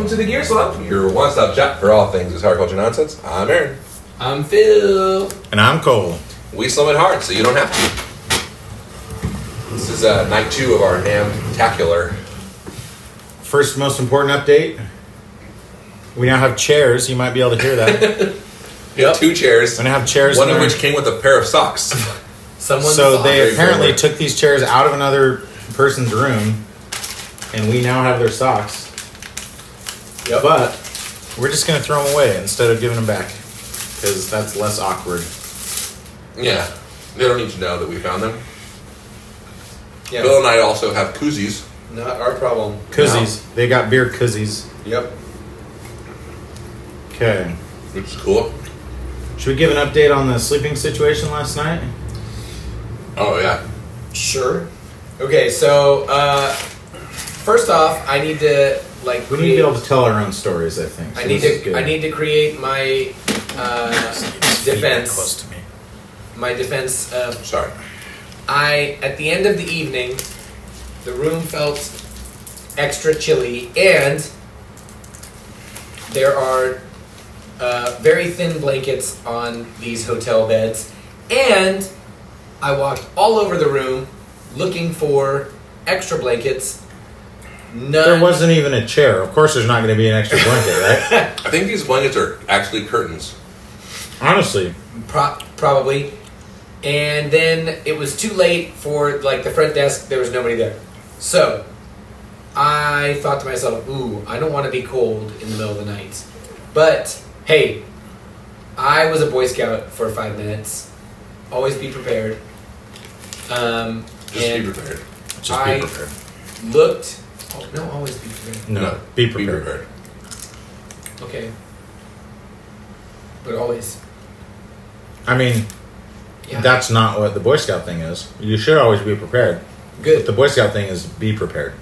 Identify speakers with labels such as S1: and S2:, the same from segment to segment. S1: Excellent. Your one stop shop for all things is horticulture nonsense. I'm Aaron.
S2: I'm Phil.
S3: And I'm Cole.
S1: We slum it hard, so you don't have to. This is uh, night two of our Namtacular.
S3: First, most important update. We now have chairs. You might be able to hear that.
S2: Yep.
S1: Two chairs,
S3: We're gonna have chairs.
S1: one
S3: in
S1: of
S3: our-
S1: which came with a pair of socks.
S2: Someone
S3: so
S2: saw
S3: they
S1: very
S3: apparently
S1: forward.
S3: took these chairs out of another person's room, and we now have their socks.
S1: Yep.
S3: But we're just gonna throw them away instead of giving them back because that's less awkward.
S1: Yeah. They don't need to know that we found them. Bill and I also have koozies.
S4: Not our problem.
S3: Koozies. They got beer koozies.
S4: Yep.
S3: Okay.
S1: Which is cool.
S3: Should we give an update on the sleeping situation last night?
S1: Oh yeah.
S4: Sure.
S2: Okay, so uh, first off, I need to like
S3: We need to be
S2: create-
S3: able to tell our own stories. I think. So
S2: I need
S3: this is
S2: to
S3: good.
S2: I need to create my uh, defense.
S3: to me.
S2: My defense uh, of
S1: Sorry.
S2: I at the end of the evening, the room felt extra chilly, and there are uh, very thin blankets on these hotel beds. And I walked all over the room looking for extra blankets. None.
S3: There wasn't even a chair. Of course, there's not going to be an extra blanket, right?
S1: I think these blankets are actually curtains.
S3: Honestly,
S2: Pro- probably. And then it was too late for like the front desk. There was nobody there. So I thought to myself, "Ooh, I don't want to be cold in the middle of the night." But hey, I was a Boy Scout for five minutes. Always be prepared. Um,
S1: Just
S2: and
S1: be prepared.
S3: just
S2: I-
S3: be prepared.
S2: looked. Oh, no, always be prepared.
S3: No, be
S1: Be
S3: prepared.
S1: prepared.
S2: Okay. But always.
S3: I mean,
S2: Yeah.
S3: that's not what the Boy Scout thing is. You should always be prepared.
S2: good.
S3: But the Boy Scout thing is be prepared.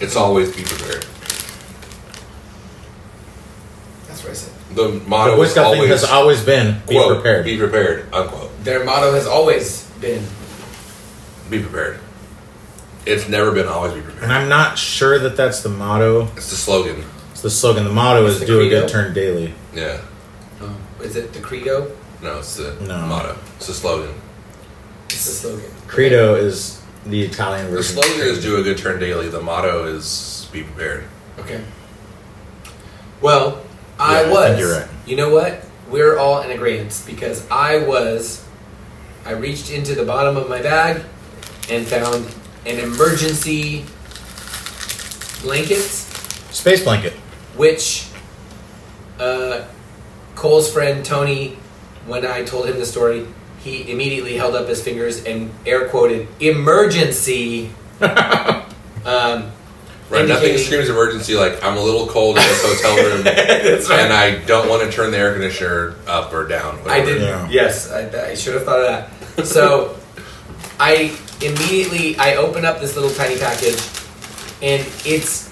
S1: It's always be prepared.
S2: That's what I said.
S1: The
S3: The
S1: motto
S3: Boy
S1: is
S3: Scout
S1: always
S3: thing has always been be
S1: quote,
S3: prepared.
S1: Be prepared. Unquote.
S2: Their motto has always been
S1: Be prepared. It's never been always be prepared.
S3: and I'm not sure that that's the motto.
S1: It's the slogan.
S3: It's the slogan. The motto
S2: It's
S3: is
S2: the
S3: do a
S2: credo.
S3: good turn daily.
S1: Yeah.
S2: Oh, is it the credo?
S1: No, it's the
S3: No.
S1: motto. It's the slogan.
S2: It's the slogan.
S3: Credo is the Italian
S1: The
S3: version.
S1: slogan is do a good turn daily. The motto is be prepared.
S2: Okay. Well, I
S3: Yeah, I
S2: was.
S3: think you're right.
S2: You know what? We're all in agreement because I was. I reached into the bottom of my bag and found an emergency blanket,
S3: Space blanket.
S2: which uh, Cole's friend Tony, when I told him the story, he immediately held up his fingers and air quoted "emergency." um,
S1: Right. Nothing
S2: Indicating-
S1: screams emergency like I'm a little cold in this hotel room
S2: That's right.
S1: and I don't want to turn the air conditioner up or down.
S2: I
S1: whatever.
S2: did.
S3: Yeah.
S2: not Yes, I, I should have thought of that. So I immediately I open up this little tiny package, and it's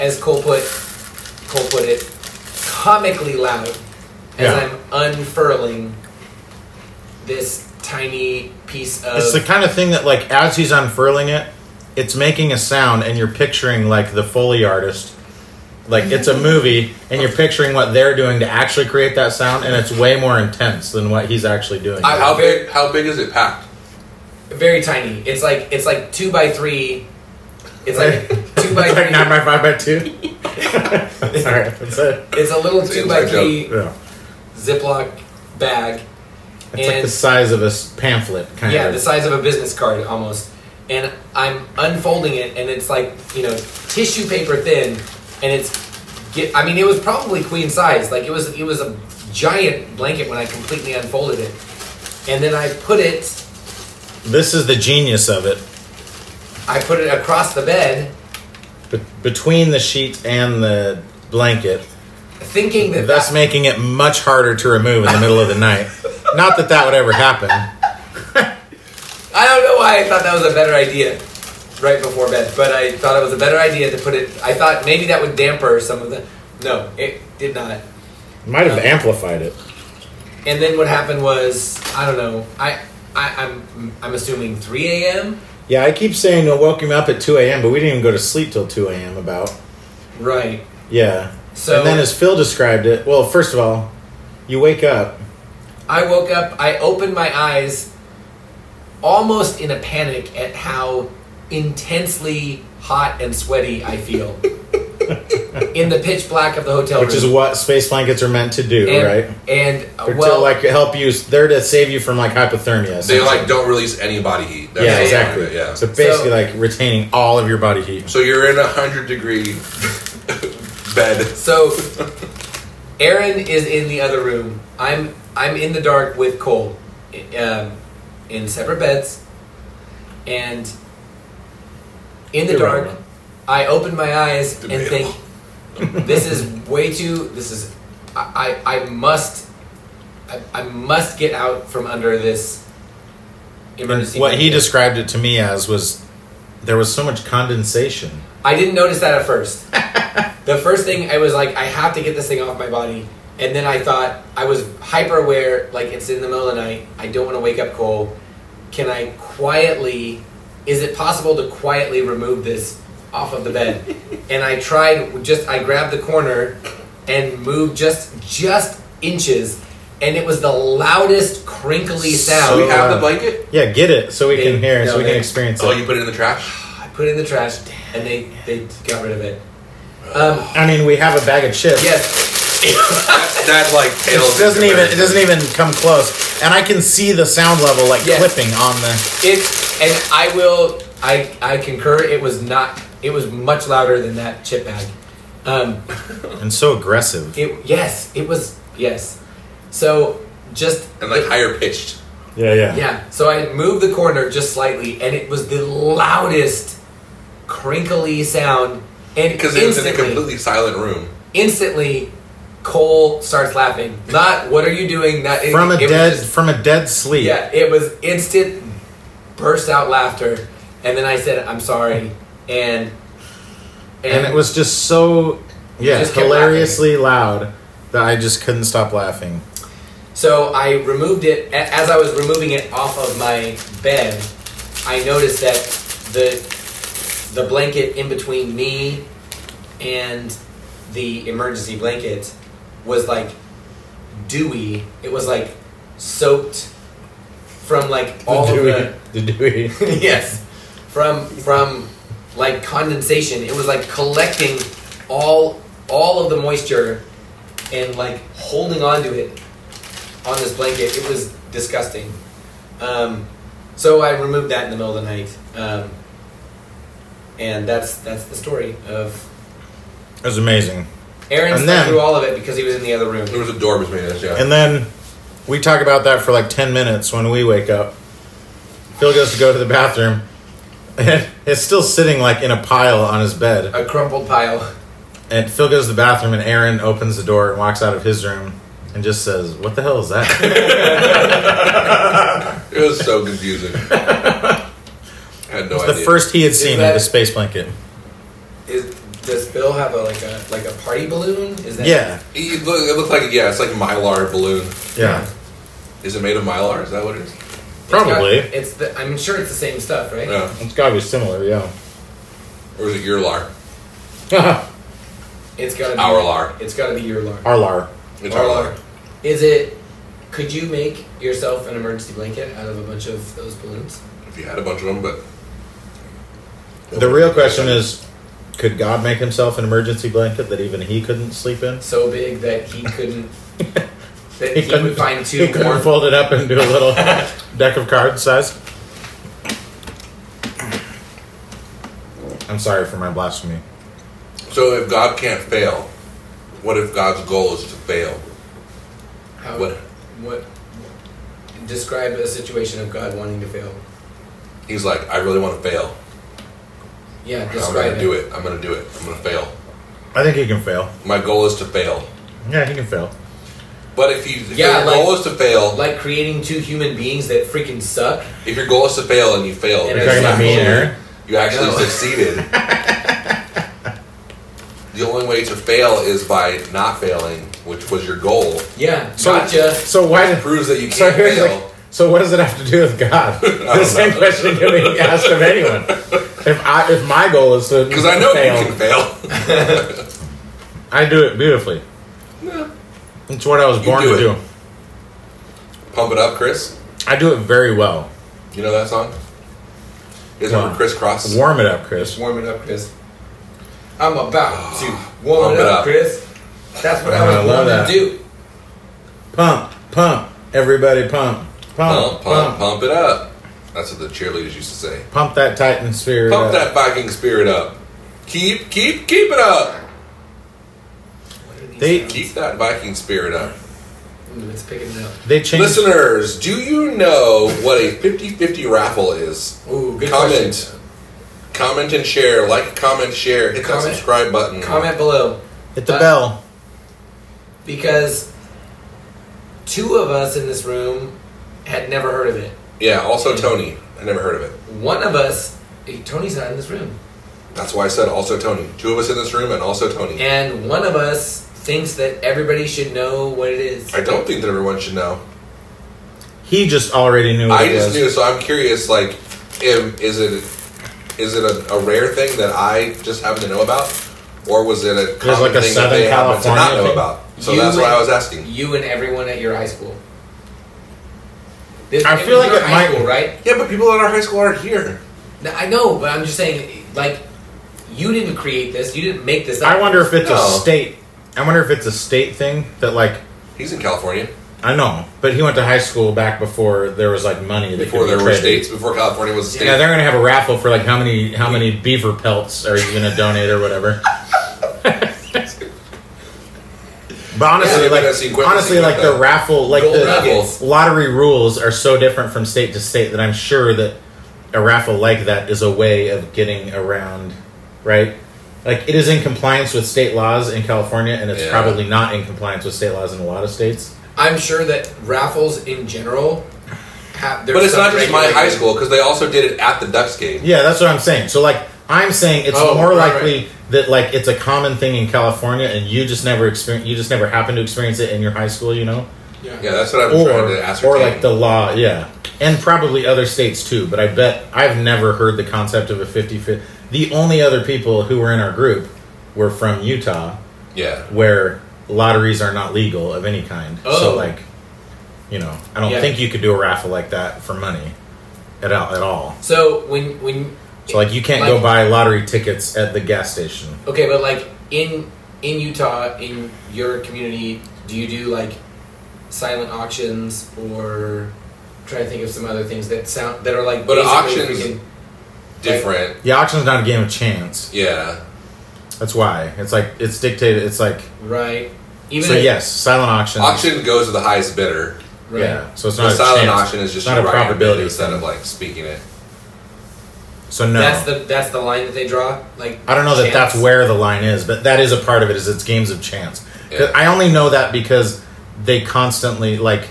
S2: as Cole put Cole put it comically loud as
S3: Yeah.
S2: I'm unfurling this tiny piece of
S3: It's the kind of thing that, like, as he's unfurling it, it's making a sound, and you're picturing like the foley artist. Like it's a movie, and you're picturing what they're doing to actually create that sound, and it's way more intense than what he's actually doing.
S2: I-
S1: How big? How big is it packed?
S2: very tiny. It's like it's like two by three. It's like two by
S3: It's
S2: three.
S3: like nine by five by two. Sorry, that's it.
S2: it's a little
S1: It's
S2: two
S1: a
S2: by
S1: joke.
S2: three
S3: Yeah.
S2: Ziploc bag.
S3: It's like the size of a s- pamphlet, kind
S2: Yeah,
S3: of.
S2: the size of a business card almost. And I'm unfolding it, and it's like you know tissue paper thin, and it's. Get, I mean, it was probably queen size. Like it was, it was a giant blanket when I completely unfolded it, and then I put it,
S3: this is the genius of it.
S2: I put it across the bed,
S3: Be- between the sheet and the blanket,
S2: thinking that
S3: thus making it much harder to remove in the middle of the night. Not that that would ever happen.
S2: I don't know why I thought that was a better idea right before bed, but I thought it was a better idea to put it. I thought maybe that would damper some of the. No, it did not.
S3: Might have amplified it.
S2: And then what happened was I don't know. I, I I'm I'm assuming 3 a.m.
S3: Yeah, I keep saying I woke him up at 2 a.m., but we didn't even go to sleep till 2 a.m. about.
S2: Right.
S3: Yeah.
S2: So
S3: and then as Phil described it, well, first of all, you wake up.
S2: I woke up, I opened my eyes almost in a panic at how intensely hot and sweaty I feel in the pitch black of the hotel
S3: Which
S2: room.
S3: is what space blankets are meant to do,
S2: and,
S3: right?
S2: And uh,
S3: They're
S2: well,
S3: to like help you. They're to save you from like hypothermia.
S1: They
S3: essentially.
S1: like don't release any body heat.
S3: yeah,
S1: the point
S3: exactly.
S1: of it, Yeah.
S3: So
S2: So-
S3: basically, like retaining all of your body heat.
S1: So you're in a hundred degree bed.
S2: so Aaron is in the other room. I'm I'm in the dark with Cole, i- um, in separate beds, and in the dark,
S3: Irrelevant.
S2: I open my eyes and
S1: Debatable.
S2: think, this is way too. This is I I, I must. I, I must get out from under this emergency.
S3: What he
S2: blanket.
S3: described it to me as was there was so much condensation.
S2: I didn't notice that at first. the first thing I was like, I have to get this thing off my body. And then I thought, I was hyper aware, like it's in the middle of the night. I don't want to wake up Cole. Can I quietly, is it possible to quietly remove this off of the bed? and I tried, just, I grabbed the corner and moved just, just inches. And it was the loudest crinkly sound.
S1: So we have the
S3: uh,
S1: blanket.
S3: Yeah, get it so we
S2: They-
S3: can hear, it,
S2: no,
S3: so we
S2: they-
S3: can experience
S1: Oh,
S3: it.
S1: you put it in the trash.
S2: I put it in the trash and they, they got rid of it. Um,
S3: I mean, we have a bag of chips.
S2: yes.
S1: That like pales
S3: It
S1: in
S3: doesn't even it
S1: comparison.
S3: doesn't even come close, and I can see the sound level like
S2: Yes.
S3: clipping on the.
S2: It and I will I I concur. It was not. It was much louder than that chip bag. Um,
S3: And so aggressive.
S2: it yes, it was yes. So just
S1: and like higher pitched.
S3: Yeah, yeah.
S2: yeah. So I moved the corner just slightly, and it was the loudest crinkly sound. And
S1: Because it's in a
S2: instantly-
S1: completely silent room.
S2: instantly, Cole starts laughing. Not what are you doing? Not anything.
S3: From a
S2: It was
S3: dead
S2: just-
S3: from a dead sleep.
S2: Yeah, it was instant burst out laughter, and then I said, "I'm sorry," and and,
S3: and it was just so yeah
S2: just kept
S3: hilariously loud that I just couldn't stop laughing.
S2: so I removed it. A- As I was removing it off of my bed, I noticed that the the blanket in between me and the emergency blanket was like dewy. It was like soaked from like all
S3: the
S2: of
S3: Dewey,
S2: the
S3: the Dewey.
S2: yes, from from like condensation. It was like collecting all all of the moisture and like holding onto it on this blanket. It was disgusting. Um, so I removed that in the middle of the night, um, and that's that's the story of
S3: It was amazing.
S2: Aaron.
S3: And
S2: slept
S3: then-
S2: through all of it because he was in the other room.
S1: There was a door between us. Yeah.
S3: And then we talk about that for like 10 minutes when we wake up. Phil goes to go to the bathroom. And it's still sitting like in a pile on his bed.
S2: A crumpled pile.
S3: And Phil goes to the bathroom and Aaron opens the door and walks out of his room and just says, What the hell is that?
S1: it was so confusing. I had no
S3: the
S1: idea.
S3: first he had seen
S2: that-
S3: of the space blanket.
S2: Is does Bill have a like a like a party balloon? Is that
S3: Yeah.
S1: It looked, it looked like yeah, it's like mylar balloon.
S3: Yeah.
S1: Is it made of mylar? Is that what it is?
S2: It's got-
S3: Probably.
S2: it's the. I'm sure it's the same stuff, right?
S1: Yeah.
S3: It's gotta be similar,
S1: Or is it your lar?
S3: yeah.
S2: It's gotta be
S1: Our lar.
S2: It's gotta be your lar.
S3: Arlar.
S1: It's
S2: Our
S1: our
S2: lar.
S1: lar.
S2: Is it? Could you make yourself an emergency blanket out of a bunch of those balloons?
S1: If you had a bunch of them, but
S3: The real question is could God make himself an emergency blanket that even he couldn't sleep in?
S2: So big that he couldn't. that
S3: He
S2: he,
S3: couldn't-
S2: would find
S3: He
S2: two
S3: could
S2: more.
S3: not fold it up into a little deck of cards size. I'm sorry for my blasphemy.
S1: So if God can't fail, what if God's goal is to fail?
S2: How,
S1: What?
S2: What? Describe a situation of God wanting to fail.
S1: He's like, I really want to fail.
S2: Yeah,
S1: I'm
S2: describe
S1: gonna do it. I'm gonna do it. I'm gonna fail.
S3: I think he can fail.
S1: My goal is to fail.
S3: Yeah, he can fail.
S1: But if you, if
S2: Yeah,
S1: your
S2: like-
S1: goal is to fail,
S2: Like creating two human beings that freaking suck.
S1: if your goal is to fail and you fail,
S2: And
S3: You're talking about me and Aaron?
S1: you actually
S2: No.
S1: succeeded. the only way to fail is by not failing, which was your goal.
S2: Yeah,
S3: So,
S2: gotcha.
S3: so why did
S1: Proves that you can't
S3: so here's
S1: fail.
S3: like So what does it have to do with God? the same question can be asked of anyone. If I, if my goal is to
S1: Because I know
S3: fail,
S1: you can fail.
S3: I do it beautifully. It's what I was born
S1: do
S3: to
S1: it.
S3: do.
S1: Pump it up, Chris.
S3: I do it very well.
S1: You know that song? You guys
S3: No.
S1: remember Criss Cross?
S3: Warm it up,
S4: Just
S3: Chris.
S4: warm it up, Chris. I'm about to warm
S1: Pump
S4: it
S1: it
S4: up,
S1: up.
S4: Chris. That's what
S3: I
S4: I was born
S3: love
S4: to
S3: that.
S4: do.
S3: Pump, pump, everybody pump,
S1: Pump,
S3: pump,
S1: pump, pump it up. That's what the cheerleaders used to say.
S3: Pump that Titan sphere.
S1: Pump that Viking spirit up. Keep, keep, keep it up.
S3: They
S1: Keep that Viking spirit up.
S2: Ooh, it's picking it up.
S3: they changed.
S1: Listeners, do you know what a 50 50 raffle is?
S2: Ooh, good
S1: comment.
S2: question.
S1: Comment and share. Like, comment, share. Hit that
S2: Comment.
S1: subscribe button.
S2: Comment below
S3: Hit the bell.
S2: because two of us in this room had never heard of it.
S1: Yeah, also Tony. I never heard of it.
S2: One of us, eh, Tony's not in this room,
S1: That's why I said also Tony. Two of us in this room and also Tony.
S2: and one of us thinks that everybody should know what it is.
S1: I don't think that everyone should know.
S3: He just already knew what
S1: I
S3: it
S1: just
S3: was.
S1: knew, so I'm curious. Like, if, is it is it a, a rare thing that I just happen to know about, or was it a common
S3: like a
S1: thing that
S3: Southern
S1: they happen to
S3: California
S1: not know
S3: thing?
S1: about? So
S2: You
S1: that's what
S2: and-
S1: I was asking.
S2: You and everyone at your high school. This,
S3: I feel like
S2: you're
S3: it
S2: at
S3: might-
S2: high school, right?
S1: Yeah, but people at our high school aren't here.
S2: No, I know, but I'm just saying, like, you didn't create this. You didn't make this. Up.
S3: I wonder if it's
S1: No.
S3: a state. I wonder if it's a state thing that like
S1: He's in California
S3: I know, but he went to high school back before there was like money. That
S1: before
S3: could be
S1: there were
S3: traded.
S1: states. Before California was a state.
S3: Yeah, they're gonna have a raffle for like how many how many beaver pelts are you gonna donate or whatever. but honestly,
S1: Yeah,
S3: like
S1: that's the equipment
S3: honestly,
S1: thing
S3: like
S1: like
S3: the
S1: that.
S3: raffle, like
S1: Gold
S3: the
S1: raffles.
S3: lottery rules are so different from state to state that I'm sure that a raffle like that is a way of getting around, right? Like it is in compliance with state laws in California, and it's
S1: Yeah.
S3: probably not in compliance with state laws in a lot of states.
S2: I'm sure that raffles in general have.
S1: but it's not just my high school because they also did it at the Ducks game.
S3: Yeah, that's what I'm saying. So like I'm saying it's
S2: Oh,
S3: more
S2: right,
S3: likely that like it's a common thing in California and you just never experience you just never happen to experience it in your high school, you know?
S1: Yeah, that's what I'm trying
S3: Or
S1: to ascertain.
S3: or like the law, yeah. And probably other states too, but I bet I've never heard the concept of a 50 The only other people who were in our group were from Utah
S1: yeah,
S3: where lotteries are not legal of any kind. So
S2: Oh.
S3: like you know, I don't
S2: Yeah.
S3: think you could do a raffle like that for money at all, at all.
S2: So when when
S3: So like you can't
S2: Like-
S3: go buy lottery tickets at the gas station.
S2: okay, but like in in Utah in your community, do you do like silent auctions or I'm trying to think of some other things that sound that are like
S1: But
S2: basically
S1: auctions-
S2: freaking-
S1: different.
S3: The auction's not a game of chance.
S1: Yeah,
S3: That's why it's like it's dictated. It's like
S2: right? Even
S3: so
S2: if-
S3: yes, silent auction.
S1: auction goes to the highest bidder.
S2: right.
S3: Yeah. So it's
S1: The
S3: not a
S1: silent
S3: chance.
S1: auction is just
S3: Not
S1: you
S3: a
S1: write your bid
S3: probability
S1: instead
S3: thing.
S1: of like speaking it.
S3: So no,
S2: That's the that's the line that they draw. Like
S3: I don't know that that's
S2: chance?
S3: where the line is, but that is a part of it. Is it's games of chance. 'Cause
S1: Yeah.
S3: I only know that because they constantly like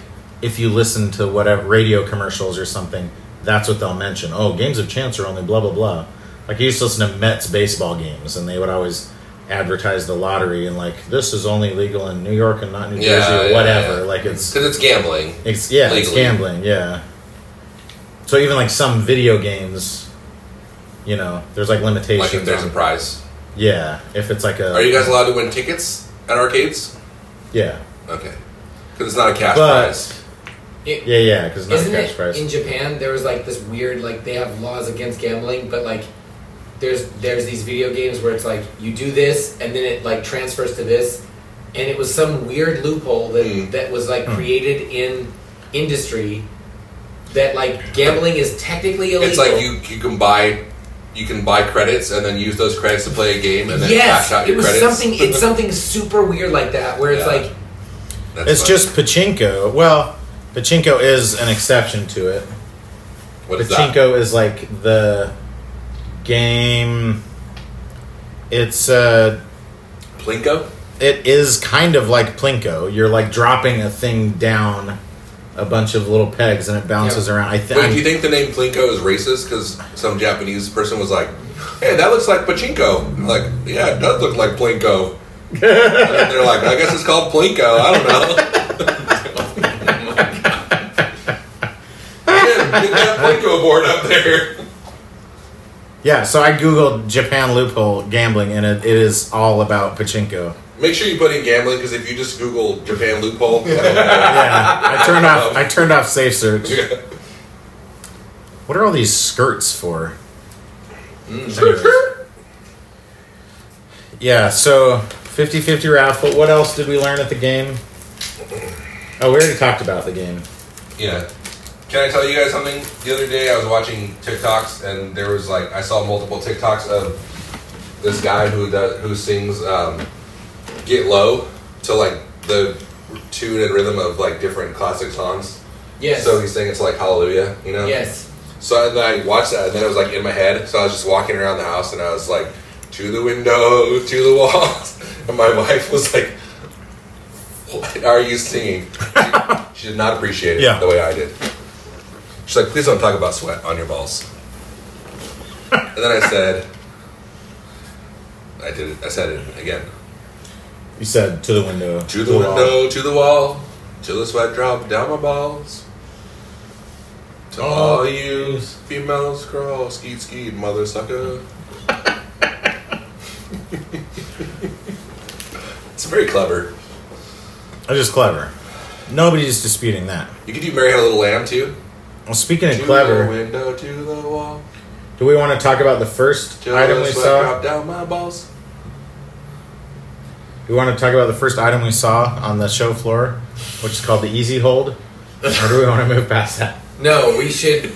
S3: if you listen to whatever radio commercials or something, that's what they'll mention. Oh, games of chance are only blah blah blah. Like I used to listen to Mets baseball games, and they would always advertise the lottery and like this is only legal in New York and not New
S1: Yeah,
S3: Jersey
S1: yeah,
S3: or whatever.
S1: yeah.
S3: Like it's
S1: Because it's gambling.
S3: It's yeah, it's
S1: Legally.
S3: gambling, yeah. So even like some video games, you know, there's like limitations.
S1: Like if there's a
S3: on-
S1: prize.
S3: yeah, if it's like a
S1: Are you guys allowed to win tickets at arcades?
S3: yeah,
S1: Okay. Because it's not a cash
S3: But-
S1: prize.
S2: It-
S3: yeah, yeah, because not a
S2: Isn't
S3: cash
S2: it
S3: prize.
S2: in Japan? There was like this weird like they have laws against gambling, but like there's there's these video games where it's like you do this and then it like transfers to this, and it was some weird loophole that
S1: Mm.
S2: that was like
S3: Hmm.
S2: created in industry that like gambling is technically illegal.
S1: It's like you you can buy you can buy credits and then use those credits to play a game and then
S2: yes,
S1: cash out
S2: it
S1: your
S2: was
S1: credits.
S2: something. It's something super weird like that where it's
S1: Yeah.
S2: like
S1: That's
S3: it's
S1: funny.
S3: just pachinko. Well, pachinko is an exception to it.
S1: what is that?
S3: Pachinko is like the game. It's uh,
S1: Plinko?
S3: it is kind of like plinko. You're like dropping a thing down a bunch of little pegs and it bounces around. I think
S1: Wait, do you think the name Plinko is racist? Because some Japanese person was like, "Hey, that looks like pachinko." I'm like, yeah, it does look like Plinko. and then they're like, "I guess it's called Plinko." I don't know. Get that Plinko board up there.
S3: Yeah, so I googled Japan loophole gambling, and it, it is all about pachinko.
S1: Make sure you put in gambling because if you just Google Japan loophole,
S3: Yeah, I turned off. I turned off safe search. What are all these skirts for? Mm,
S1: Skirt.
S3: Yeah, so 50-50 raffle. What else did we learn at the game? Oh, we already talked about the game.
S1: Yeah. Can I tell you guys something? The other day I was watching TikToks and there was like I saw multiple TikToks of this guy who does, who sings um, "Get Low" to like the tune and rhythm of like different classic songs.
S2: Yes.
S1: So he's saying it's like Hallelujah, you know.
S2: yes.
S1: So I- then I watched that and then it was like in my head. So I was just walking around the house and I was like, to the window, to the walls, and my wife was like, "What are you singing?" She, she did not appreciate it
S3: Yeah.
S1: the way I did. She's like, "Please don't talk about sweat on your balls." and then I said, "I did it. I said it again.
S3: You said to the window.
S1: To the
S3: wall.
S1: window, to the wall, till the sweat drop down my balls." To all you females, crawl, skeet, skeet, mother sucker. it's very clever.
S3: That is Oh, clever. Nobody's disputing that.
S1: You could do Mary Had a Little Lamb too.
S3: Well, speaking of
S1: To the
S3: clever,
S1: window, to the wall,
S3: do we want to talk about the first
S1: till
S3: item
S1: the
S3: we
S1: sweat
S3: saw?
S1: drop down my balls.
S3: We want to talk about the first item we saw on the show floor, which is called the easy hold. Or do we want to move past that?
S2: No, we should.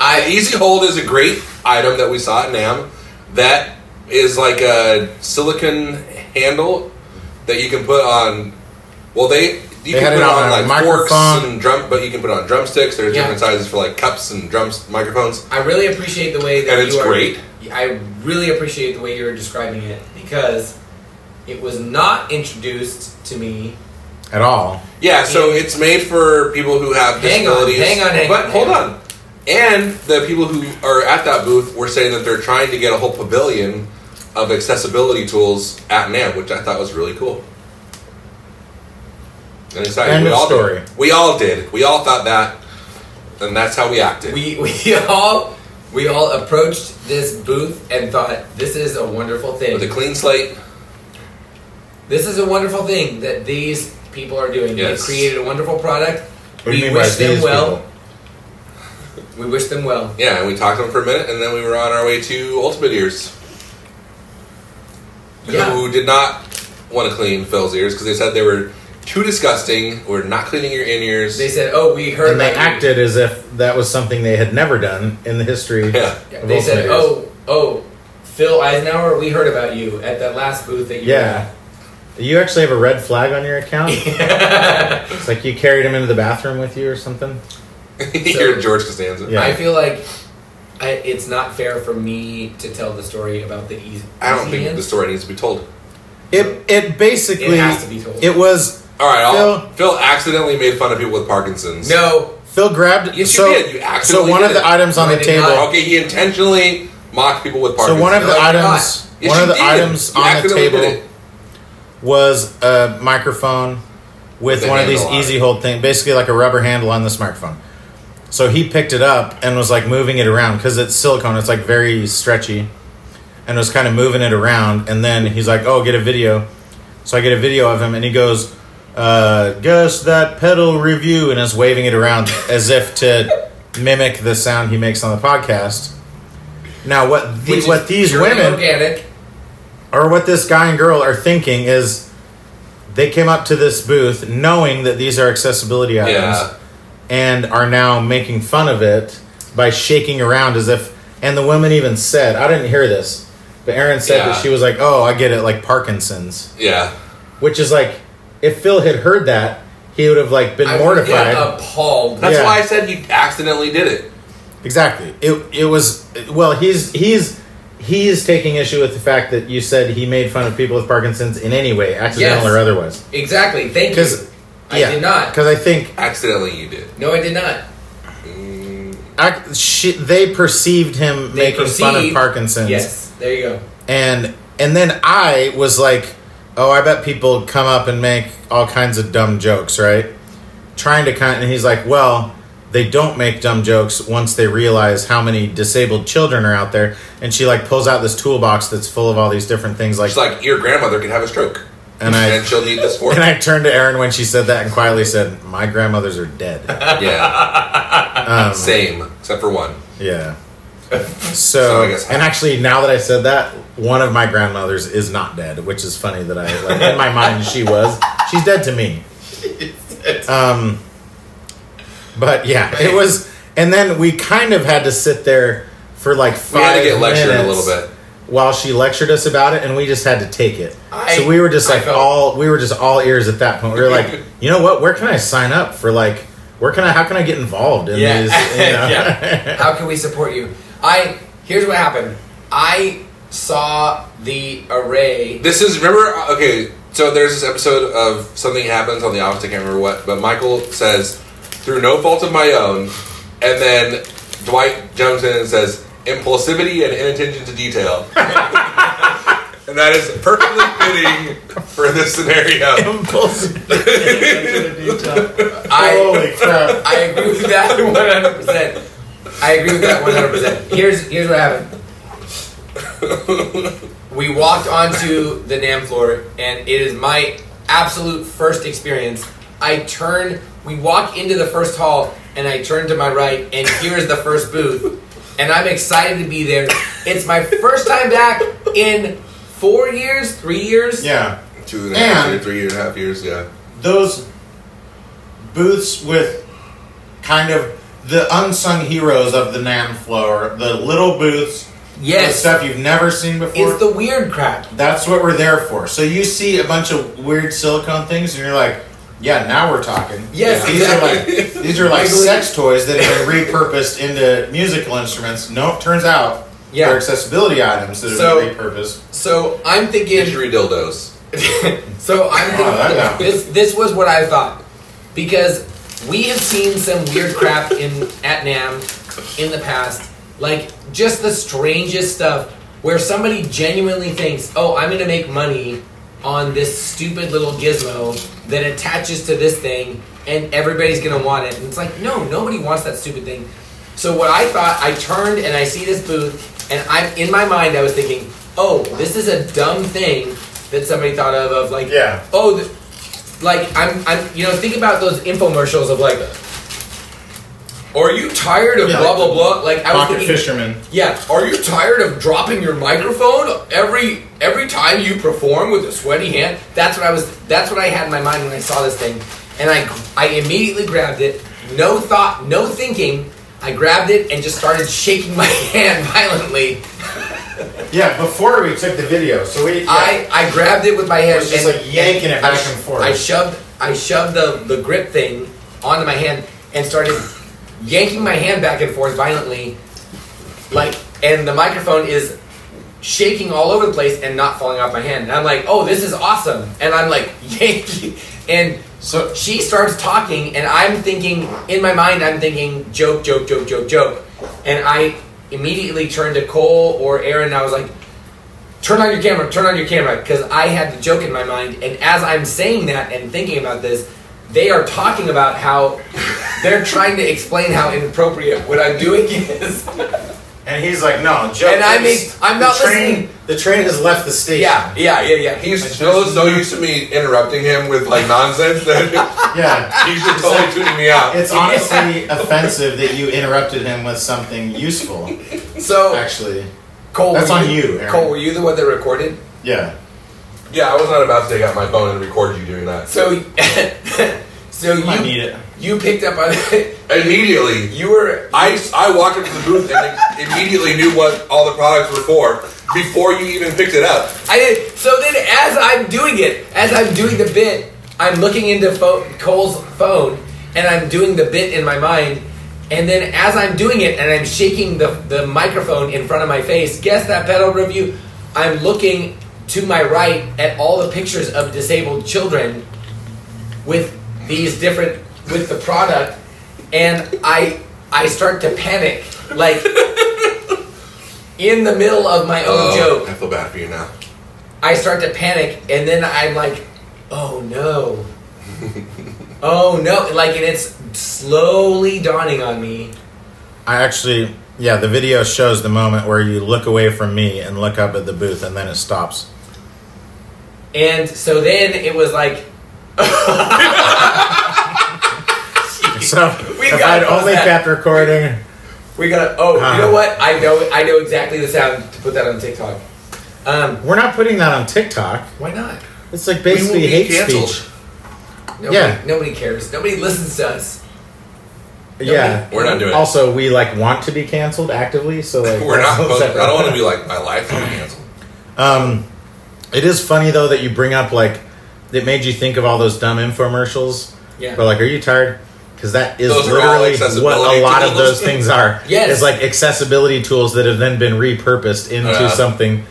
S1: I, Easy Hold is a great item that we saw at NAM. That is like a silicon handle that you can put on. Well, they you
S3: They had
S1: can put
S3: it
S1: it
S3: on
S1: on
S3: a
S1: like forks
S3: microphone.
S1: and drum, but you can put it on drumsticks. There's
S2: Yeah.
S1: different sizes for like cups and drums microphones.
S2: I really appreciate the way that
S1: And it's
S2: you are.
S1: great.
S2: I really appreciate the way you were describing it because it was not introduced to me.
S3: At all.
S1: Yeah, so it's made for people who have
S2: Hang on,
S1: disabilities.
S2: hang on, hang
S1: but
S2: on,
S1: hold
S2: hang
S1: on. And the people who are at that booth were saying that they're trying to get a whole pavilion of accessibility tools at NAM, which I thought was really cool. And exciting.
S3: End
S1: we
S3: of
S1: all
S3: story.
S1: Did. We all did. We all thought that, and that's how we acted.
S2: We we all we all approached this booth and thought this is a wonderful thing.
S1: With a clean slate,
S2: This is a wonderful thing that these people are doing.
S1: Yes.
S2: They created a wonderful product.
S3: What do you
S2: we
S3: mean by
S2: wish them
S3: these
S2: well.
S3: people?
S2: We wish them well.
S1: yeah, and we talked to them for a minute, and then we were on our way to Ultimate Ears,
S2: Yeah.
S1: who did not want to clean Phil's ears because they said they were too disgusting. We're not cleaning your in ears.
S2: They said, "Oh, we heard."
S3: And they
S2: about you."
S3: acted as if that was something they had never done in the history.
S1: Yeah.
S2: Yeah,
S3: of
S2: They said,
S3: Ultimate Ears.
S2: "Oh, oh, Phil Eisenhower, we heard about you at that last booth that you."
S3: Yeah. You actually have a red flag on your account?
S2: Yeah.
S3: It's like you carried him into the bathroom with you or something?
S1: You're George Costanza.
S3: Yeah.
S2: I feel like I, it's not fair for me to tell the story about the easy.
S1: I don't
S2: easy
S1: think
S2: hand.
S1: the story needs to be told.
S3: It, it
S2: It
S3: basically.
S2: has to be told.
S3: It was.
S1: All right, I'll,
S3: Phil-
S1: Phil accidentally made fun of people with Parkinson's.
S2: No,
S3: Phil grabbed.
S1: Yes, you
S3: so,
S1: did. You
S3: so
S1: accidentally
S3: one of
S1: did
S3: the
S1: it.
S3: items on
S2: No, I
S3: the
S2: did not.
S3: table.
S1: Okay, he intentionally mocked people with Parkinson's.
S3: So one of the
S2: No, I did
S3: items,
S1: Yes,
S3: one of
S1: you
S3: the
S1: did.
S3: items
S1: You
S3: on the
S1: accidentally did
S3: table
S1: it.
S3: was a microphone with
S1: With a
S3: one of these
S1: handle on
S3: easy
S1: it.
S3: hold thing, basically like a rubber handle on this microphone. So he picked it up and was like moving it around because it's silicone. It's like very stretchy, and was kind of moving it around. And then he's like, "Oh, get a video." So I get a video of him, and he goes, uh, "Guess that pedal review," and is waving it around as if to mimic the sound he makes on the podcast. Now, what the,
S2: which
S3: what
S2: is
S3: these
S2: purely
S3: women
S2: organic.
S3: or what this guy and girl are thinking is they came up to this booth knowing that these are accessibility items
S1: Yeah.
S3: and are now making fun of it by shaking around as if and the woman even said i didn't hear this but Erin said
S1: Yeah.
S3: that she was like oh i get it like parkinson's
S1: Yeah.
S3: which is like if phil had heard that he would have like been
S2: I uh, would have been
S3: mortified
S2: appalled.
S1: That's
S3: Yeah.
S1: why I said you accidentally did it.
S3: Exactly. It it was well. He's he's he's taking issue with the fact that you said he made fun of people with Parkinson's in any way, accidental
S2: Yes.
S3: or otherwise.
S2: Exactly. Thank you.
S3: Because
S2: I did not.
S3: Because I think
S1: Accidentally, you did.
S2: No, I did not.
S1: Mm,
S3: ac she, they perceived him
S2: They
S3: making fun of
S2: perceive-
S3: Parkinson's,
S2: Yes, there you go.
S3: and and then I was like, oh, I bet people come up and make all kinds of dumb jokes, right? Trying to kind, and he's like, well, they don't make dumb jokes once they realize how many disabled children are out there. And she like pulls out this toolbox that's full of all these different things. Like,
S1: It's like your grandmother could have a stroke,
S3: and I
S1: and she'll need this for.
S3: and I turned to Erin when she said that and quietly said, "My grandmothers are dead."
S1: yeah,
S3: Um,
S1: same except for one.
S3: Yeah.
S1: So
S3: So,
S1: I guess-
S3: and actually, now that I said that, one of my grandmothers is not dead, which is funny that I like in my mind she was. She's dead to me. Um, but yeah, it was, and then we kind of had to sit there for like five.
S1: We had to get lectured a
S3: minutes
S1: little bit.
S3: while she lectured us about it, and we just had to take it.
S2: I-
S3: so we were just
S2: I
S3: like
S2: felt-
S3: all we were just all ears at that point. We were like, you know what? Where can I sign up for like? Where can I? How can I get involved in
S2: Yeah.
S3: these? You know?
S2: Yeah. How can we support you? I here's what happened. I saw the array.
S1: This is remember okay. So there's this episode of something happens on the office. I can't remember what, but Michael says through no fault of my own, and then Dwight jumps in and says impulsivity and inattention to detail, and that is perfectly fitting for this scenario.
S3: Impulsive.
S2: I
S3: Holy crap!
S2: I agree with that 100. percent I agree with that 100. percent Here's here's what happened. We walked onto the Nam floor, and it is my absolute first experience. I turn. We walk into the first hall, and I turn to my right, and here is the first booth, and I'm excited to be there. It's my first time back in four years, three years.
S3: Yeah,
S1: Two and a half,
S3: And-
S1: years, three and a half years. Yeah,
S3: those booths with kind of the unsung heroes of the Nam floor, the little booths, the
S2: Yes,
S3: stuff you've never seen before.
S2: it's the weird crap.
S3: That's what we're there for. So you see a bunch of weird silicone things, and you're like, "Yeah, now we're talking."
S2: Yes,
S3: these are like these are like
S2: Wiggly.
S3: sex toys that have been repurposed into musical instruments. No, it turns out
S2: Yeah.
S3: they're accessibility items that have
S2: So-
S3: been repurposed.
S2: So I'm thinking.
S1: injury dildos.
S2: So I'm
S3: Oh, that
S2: thinking,
S3: guy.
S2: this this was what I thought because we have seen some weird crap in at Nam in the past, like just the strangest stuff where somebody genuinely thinks, "Oh, I'm going to make money on this stupid little gizmo that attaches to this thing, and everybody's going to want it." And it's like, no, nobody wants that stupid thing. So what I thought, I turned and I see this booth, and I'm in my mind, I was thinking, "Oh, this is a dumb thing." That somebody thought of, of like,
S3: Yeah.
S2: oh, th- like I'm, I'm, you know, think about those infomercials of like, are you tired of
S3: Yeah,
S2: blah
S3: like
S2: blah
S3: the
S2: blah? Like I was
S3: Pocket
S2: thinking,
S3: fisherman.
S2: yeah, are you tired of dropping your microphone every every time you perform with a sweaty hand? That's what I was. That's what I had in my mind when I saw this thing, and I I immediately grabbed it. No thought, no thinking. I grabbed it and just started shaking my hand violently.
S3: Yeah, before we took the video, so we yeah,
S2: I, I grabbed it with my hand.
S3: It was just,
S2: and-
S3: like, yanking it
S2: I
S3: back
S2: sh-
S3: and forth.
S2: I shoved I shoved the, the grip thing onto my hand and started yanking my hand back and forth violently. Like and the microphone is shaking all over the place and not falling off my hand. And I'm like, oh this is awesome. And I'm like yanking and
S3: so
S2: she starts talking and I'm thinking in my mind I'm thinking joke joke joke joke joke and I immediately turned to Cole or Aaron and I was like turn on your camera turn on your camera because I had the joke in my mind and as I'm saying that and thinking about this they are talking about how they're trying to explain how inappropriate what I'm doing is
S3: and he's like, no, Joe.
S2: And I
S3: please,
S2: mean, I'm not
S3: the train,
S2: listening.
S3: The train has left the station.
S2: yeah yeah yeah yeah
S1: He's still so used to me interrupting him with like nonsense that
S3: yeah.
S1: he's just totally tuning me out.
S3: It's honestly offensive that you interrupted him with something useful.
S2: so
S3: Actually,
S2: Cole
S3: That's
S2: were
S3: on you, Aaron.
S2: Cole were you the one that recorded
S3: yeah.
S1: Yeah, I was not about to take out my phone and record you doing that.
S2: so so
S3: You might
S2: you
S3: need it.
S2: you picked up on it
S1: Immediately,
S2: You were
S1: I, I walked into the booth and immediately knew what all the products were for before you even picked it up.
S2: I did so then as I'm doing it, as I'm doing the bit, I'm looking into pho- Cole's phone and I'm doing the bit in my mind. And then as I'm doing it and I'm shaking the, the microphone in front of my face, guess that pedal review. I'm looking to my right at all the pictures of disabled children with these different with the product and I I start to panic like in the middle of my
S1: Oh.
S2: own joke.
S1: Uh, I feel bad for you now.
S2: I start to panic, and then I'm like, "Oh no, Oh no! Like, and it's slowly dawning on me.
S3: I actually, yeah, the video shows the moment where you look away from me and look up at the booth, and then it stops.
S2: And so then it was like,
S3: So
S2: We
S3: if
S2: gotta
S3: I'd
S2: pause
S3: only
S2: that.
S3: kept recording,
S2: we gotta. Oh,
S3: Huh.
S2: you know what? I know. I know exactly the sound to put that on TikTok. Um,
S3: we're not putting that on TikTok.
S2: why not?
S3: It's like basically
S1: be
S3: hate
S1: canceled.
S3: speech.
S2: Nobody,
S3: Yeah.
S2: Nobody cares. Nobody listens to us.
S3: Yeah.
S1: We're not doing it.
S3: Also, we like want to be canceled actively, so like
S1: We're not.
S3: that's
S1: Supposed, I
S3: separate.
S1: don't want to be like my life is canceled.
S3: Um, it is funny though that you bring up like it made you think of all those dumb infomercials.
S2: Yeah.
S3: But like, are you tired? Because that is
S1: Those are all
S3: literally what
S1: accessibility
S3: a lot of
S1: tools.
S3: those things are.
S2: Yes.
S3: It's like accessibility tools that have then been repurposed into
S1: Yeah.
S3: something.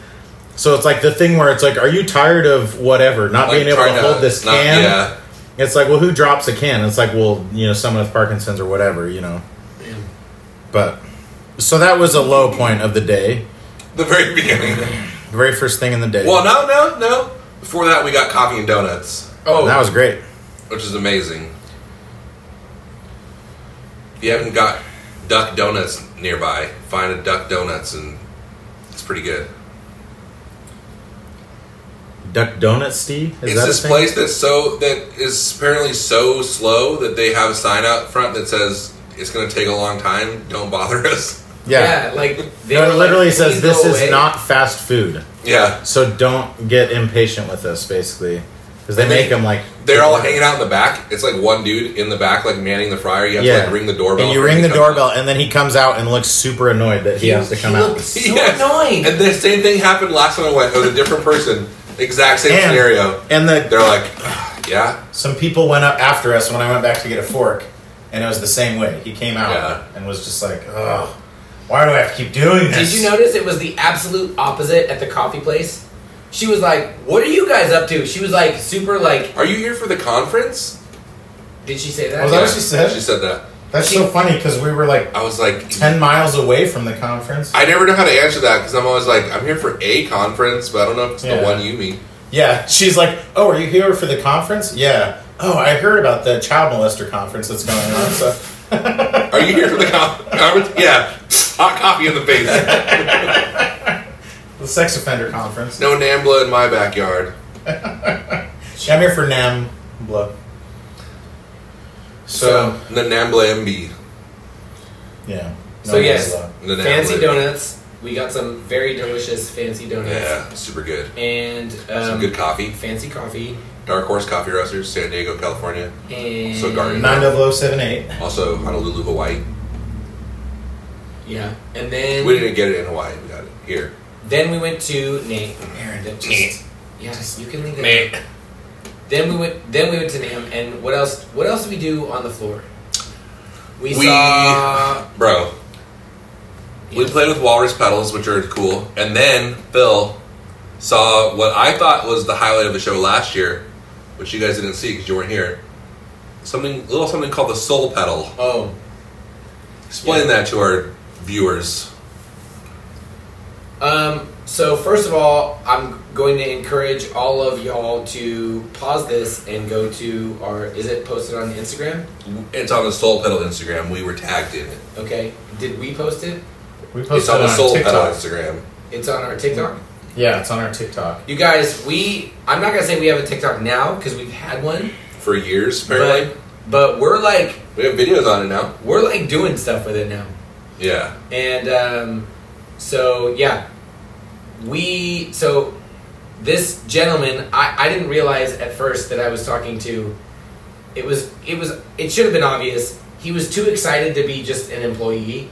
S3: So it's like the thing where it's like, are you tired of whatever? Not
S1: Like
S3: being able
S1: trying
S3: to hold this
S1: not-
S3: can.
S1: Yeah.
S3: It's like, well, who drops a can? It's like, well, you know, someone with Parkinson's or whatever, you know. But so that was a low point of the day,
S1: The very beginning.
S3: the very first thing in the day.
S1: Well, no, no, no. Before that, we got coffee and donuts,
S2: Oh,
S3: that was great.
S1: which is amazing. If you haven't got Duck Donuts nearby, find a Duck Donuts, and it's pretty good.
S3: Duck Donut Steve? Is
S1: it's
S3: that
S1: this
S3: a thing?
S1: place that's so that is apparently so slow that they have a sign out front that says it's going to take a long time. Don't bother us.
S2: yeah.
S3: Yeah.
S2: Like they
S3: No,
S2: were
S3: it literally
S2: like,
S3: says
S2: "Please
S3: this
S2: go
S3: is
S2: away."
S3: not fast food.
S1: Yeah,
S3: So don't get impatient with us, basically. Because they
S1: And they-
S3: make them like.
S1: they're all hanging out in the back. It's like one dude in the back, like manning the fryer. You have to like ring the doorbell.
S3: And you
S1: for him
S3: ring
S1: to
S3: the
S1: come.
S3: doorbell, and then he comes out and looks super annoyed that he,
S2: He-
S3: has to come
S2: he
S3: out.
S2: looked so
S1: Yes.
S2: annoying.
S1: And the same thing happened last time I went. It was a different person, exact same
S3: And-
S1: scenario.
S3: And the,
S1: They're like, yeah,
S3: some people went up after us when I went back to get a fork, and it was the same way. He came out
S1: Yeah.
S3: and was just like, "Oh, why do I have to keep doing
S2: Did
S3: this?"
S2: you notice it was the absolute opposite at the coffee place? She was like, "What are you guys up to?" She was like, super like.
S1: are you here for the conference?
S2: Did she say that?
S1: Oh,
S3: Was Is that what she said?
S1: She said that.
S3: That's so funny because we were like
S1: I was like,
S3: ten miles away from the conference.
S1: I never know how to answer that because I'm always like, I'm here for a conference, but I don't know if it's
S3: Yeah.
S1: the one you mean.
S3: Yeah, she's like, "Oh, are you here for the conference?" Yeah. Oh, I heard about the child molester conference that's going on. So
S1: Are you here for the con- conference? Yeah. Hot coffee in the face.
S3: the sex offender conference.
S1: No Nambla in my backyard.
S3: I'm here for Nam Blah. So
S1: the Nambla MB.
S3: yeah.
S2: So, yes.
S3: Nambla.
S1: The Nambla
S2: fancy
S1: MB.
S2: donuts. We got some very delicious fancy donuts
S1: Yeah, super good.
S2: and um,
S1: Some good coffee.
S2: fancy coffee
S1: Dark Horse Coffee Roasters, San Diego, California.
S2: and
S1: So garden.
S3: nine double oh seven eight.
S1: Also Honolulu, Hawaii.
S2: Yeah, and then
S1: We didn't get it in Hawaii. We got it here.
S2: then we went to Nate.
S3: Aaron,
S2: That
S3: just-
S2: just- yeah, you can leave it. Then we went. Then we went to Nam. And what else? What else did we do on the floor? We,
S1: We-
S2: saw.
S1: Bro, we played with walrus pedals, which are cool. And then Phil saw what I thought was the highlight of the show last year, which you guys didn't see because you weren't here. Something little something called the soul pedal.
S2: Oh,
S1: Explain that to our viewers.
S2: Um, so first of all, I'm going to encourage all of y'all to pause this and go to our. Is it posted on Instagram?
S1: It's on the soul pedal Instagram. We were tagged in it.
S2: Okay. Did we post it?
S3: We posted
S1: It's on the
S3: it on
S1: soul pedal
S3: TikTok.
S1: Instagram.
S2: It's on our TikTok.
S3: Yeah, it's on our TikTok.
S2: You guys, we. I'm not gonna say we have a TikTok now because we've had one,
S1: For years, apparently.
S2: but but we're like
S1: we have videos on it now.
S2: we're like doing stuff with it now,
S1: Yeah.
S2: and um, so yeah, we so this gentleman I, I didn't realize at first that i was talking to it was it was it should have been obvious he was too excited to be just an employee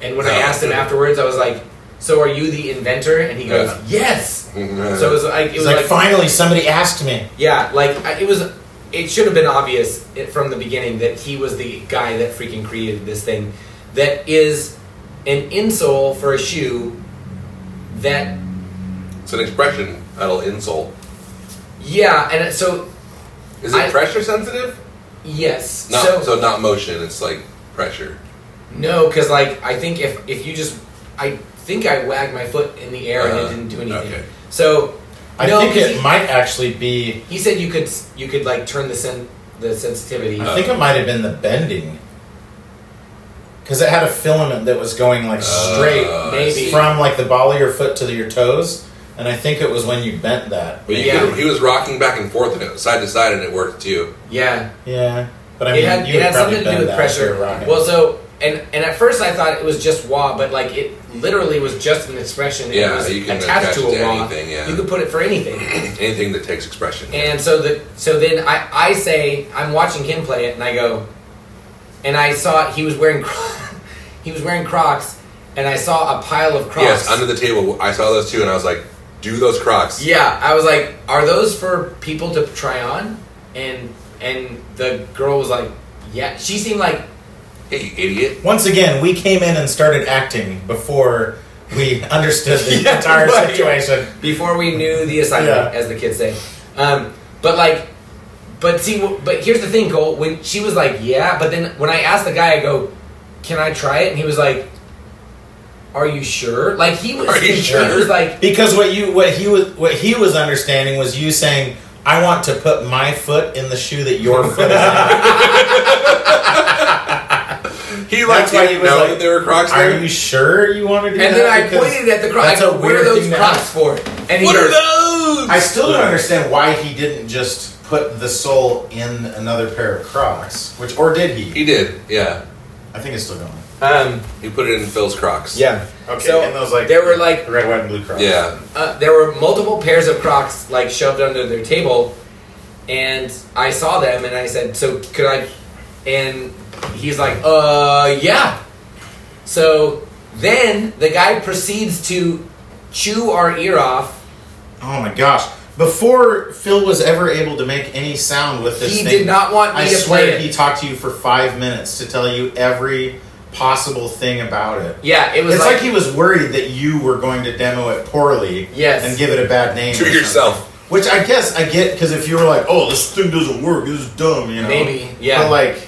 S2: and when i
S1: No.
S3: Oh.
S2: asked him afterwards i was like so are you the inventor and he goes
S1: Yeah.
S2: yes so it was like it
S3: Uh, It's
S2: was
S3: like,
S2: like,
S3: finally somebody asked me.
S2: yeah like I, it was it should have been obvious it, from the beginning that he was the guy that freaking created this thing that is an insole for a shoe that
S1: it's an expression pedal insole.
S2: yeah and so
S1: Is it
S2: I-
S1: pressure sensitive?
S2: Yes.
S1: Not,
S2: so,
S1: so not motion. It's like pressure.
S2: no, because like I think if if you just I think I wagged my foot in the air and
S1: Uh,
S2: it didn't do anything.
S1: okay.
S2: So
S3: I
S2: No,
S3: think
S2: 'cause
S3: it
S2: he-
S3: might actually be.
S2: He said you could you could like turn the sen- the sensitivity.
S3: I think it might have been the bending. Because it had a filament that was going like straight
S1: Uh,
S2: maybe.
S3: from like the ball of your foot to your toes, and I think it was when you bent that.
S1: But you
S2: Yeah.
S1: could, he was rocking back and forth and it was side to side and it worked too.
S2: yeah,
S3: Yeah, but I mean,
S2: it had,
S3: you
S2: it
S3: would
S2: had
S3: probably
S2: something to do
S3: bend
S2: with
S3: that
S2: pressure.
S3: if you were rocking.
S2: Well, so and and at first I thought it was just wah, but like it literally was just an expression. and
S1: Yeah,
S2: it was
S1: you can
S2: attached
S1: attach
S2: to
S1: it
S2: a
S1: to
S2: wah.
S1: anything, yeah.
S2: You could put it for anything.
S1: Anything that takes expression.
S2: And so the so then I, I say I'm watching him play it and I go and I saw he was wearing Cro- he was wearing Crocs and I saw a pile of Crocs.
S1: Yes, under the table. I saw those two and I was like, do those Crocs.
S2: yeah, I was like, are those for people to try on? And and the girl was like, yeah, she seemed like
S1: Hey, you idiot.
S3: Once again, we came in and started acting before we understood the
S2: Yeah,
S3: entire
S2: right.
S3: situation.
S2: before we knew the assignment,
S3: Yeah.
S2: as the kids say. Um, but like, but see, w- but here's the thing, Cole. When she was like, "Yeah," but then when I asked the guy, I go, "Can I try it?" and he was like, "Are you sure?" Like he was,
S1: Are you
S2: he
S1: sure?
S2: was like,
S3: Because what you what he was what he was understanding was you saying, "I want to put my foot in the shoe that your foot is in."
S1: He like
S3: That's why he
S1: didn't
S3: was
S1: know
S3: like,
S1: that there were Crocs
S3: Are
S1: there.
S3: you sure you want to do
S2: and
S3: that?
S2: then I
S3: Because
S2: pointed at the Crocs.
S3: that's
S2: I
S3: a
S2: go, "Where are
S3: weird
S2: those
S3: thing to
S2: Crocs
S3: ask.
S2: for?" And he
S1: what are
S2: goes,
S1: those?
S3: I still don't understand why he didn't just put the sole in another pair of Crocs, which or did he?
S1: He did, yeah.
S3: I think it's still going.
S2: Um,
S1: He put it in Phil's Crocs.
S2: yeah.
S3: Okay,
S2: So,
S3: and those like
S2: there were, like-
S3: the red, white, and blue Crocs.
S1: Yeah.
S2: Uh, there were multiple pairs of Crocs like shoved under their table, and I saw them and I said, "So could I?" And he's like, "Uh, yeah." So then the guy proceeds to chew our ear off.
S3: Oh my gosh! Before Phil was ever able to make any sound with this,
S2: He
S3: thing,
S2: did not want me
S3: I
S2: to play
S3: swear
S2: it.
S3: he talked to you for five minutes to tell you every possible thing about it.
S2: yeah, it was
S3: It's like,
S2: like,
S3: he was worried that you were going to demo it poorly
S2: Yes.
S3: and give it a bad name
S1: To
S3: or something.
S1: yourself.
S3: Which I guess I get because if you were like, "Oh, this thing doesn't work. This is dumb," you know,
S2: Maybe, yeah.
S3: But like, it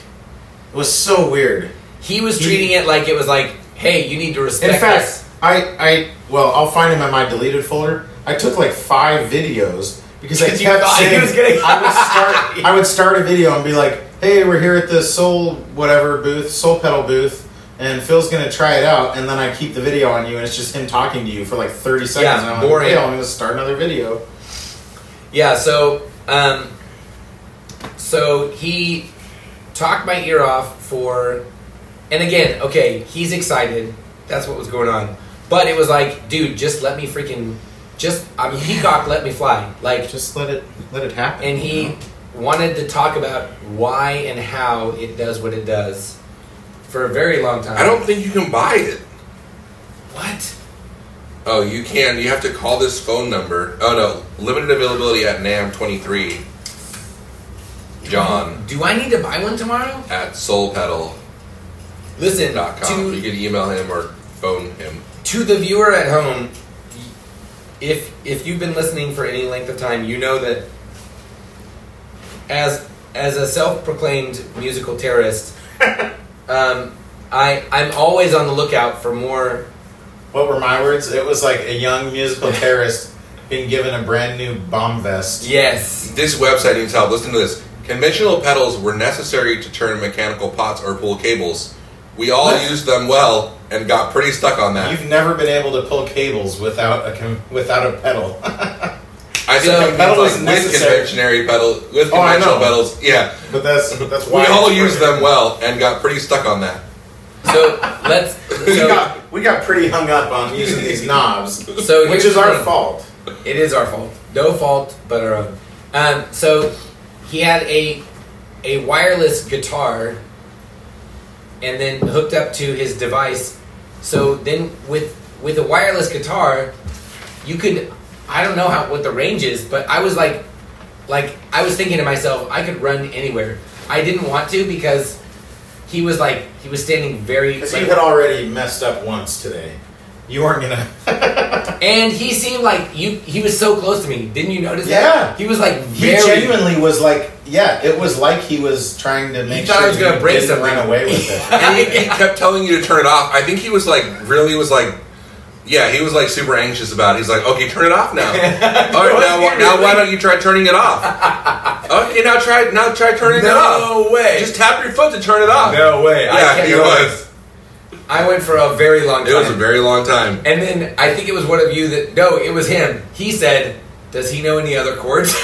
S3: was so weird.
S2: he was
S3: he-
S2: treating it like it was like, "Hey, you need to
S3: In
S2: respect."
S3: fact,
S2: us."
S3: I, I, well, I'll find him in my deleted folder. I took like five videos because I
S2: Because you
S3: kept
S2: thought he
S3: saying
S2: was getting-
S3: I would start. I would start a video and be like, "Hey, we're here at the soul whatever booth, soul pedal booth." And Phil's gonna try it out, and then I keep the video on you, and it's just him talking to you for like thirty seconds.
S2: Yeah,
S3: and I'm
S2: boring.
S3: Like, hey, I'm gonna start another video.
S2: Yeah, so um, so he talked my ear off for, and again, okay, he's excited. That's what was going on, but it was like, dude, just let me freaking, just I mean, peacock, let me fly, like,
S3: Just let it let it happen.
S2: and
S3: you know?
S2: he wanted to talk about why and how it does what it does for a very long time.
S1: I don't think you can buy it.
S2: what.
S1: Oh, you can. You have to call this phone number. Oh no, limited availability at NAM twenty three. John
S2: Do I need to buy one tomorrow?
S1: at soulpedal.com.
S2: Listen,
S1: You
S2: to
S1: can email him or phone him.
S2: to the viewer at home, if if you've been listening for any length of time, you know that as as a self-proclaimed musical terrorist, um, I I'm always on the lookout for more.
S3: what were my words? It was like a young musical terrorist being given a brand new bomb vest.
S2: Yes,
S1: This website needs help. Listen to this. Conventional pedals were necessary to turn mechanical pots or pull cables. We all
S3: What?
S1: used them well and got pretty stuck on that.
S3: You've never been able to pull cables without a com- without a pedal.
S1: I think
S2: So,
S1: that means,
S3: pedal
S1: like
S3: is
S1: with
S3: necessary.
S1: conventionary pedal with
S3: Oh, I
S1: conventional
S3: know.
S1: pedals. Yeah,
S3: but that's that's why
S1: we all
S3: it's
S1: used
S3: working.
S1: them well and got pretty stuck on that.
S2: so let's
S3: We
S2: so,
S3: got we got pretty hung up on using these knobs,
S2: so
S3: which
S2: here's
S3: is
S2: the
S3: our
S2: thing.
S3: fault.
S2: It is our fault. No fault but our own. Um, so he had a a wireless guitar and then hooked up to his device. So then with with a wireless guitar, you could I don't know how what the range is, but I was like like I was thinking to myself, I could run anywhere. I didn't want to because he was like he was standing very
S3: Because
S2: like-
S3: you had already messed up once today. You weren't gonna.
S2: and he seemed like you he was so close to me. Didn't you notice
S3: Yeah.
S2: that? He was like
S3: he
S2: very
S3: genuinely was like, yeah, it was like he was trying to make
S2: thought I
S3: sure
S2: was gonna
S3: you
S2: break
S3: didn't
S2: something.
S3: run away with it.
S1: And he, he kept telling you to turn it off. I think he was like, really was like, Yeah, he was like super anxious about it. He's like, okay, turn it off now. All right, now, why- now why don't you try turning it off? Okay, now try now try turning it off.
S4: No way.
S1: Just tap your foot to turn it off.
S4: no way. I
S1: Yeah,
S4: can't
S1: he
S4: go.
S1: was.
S2: I went for a very long
S1: It
S2: time.
S1: was a very long time.
S2: and then I think it was one of you that no, it was him. He said, "Does he know any other chords?"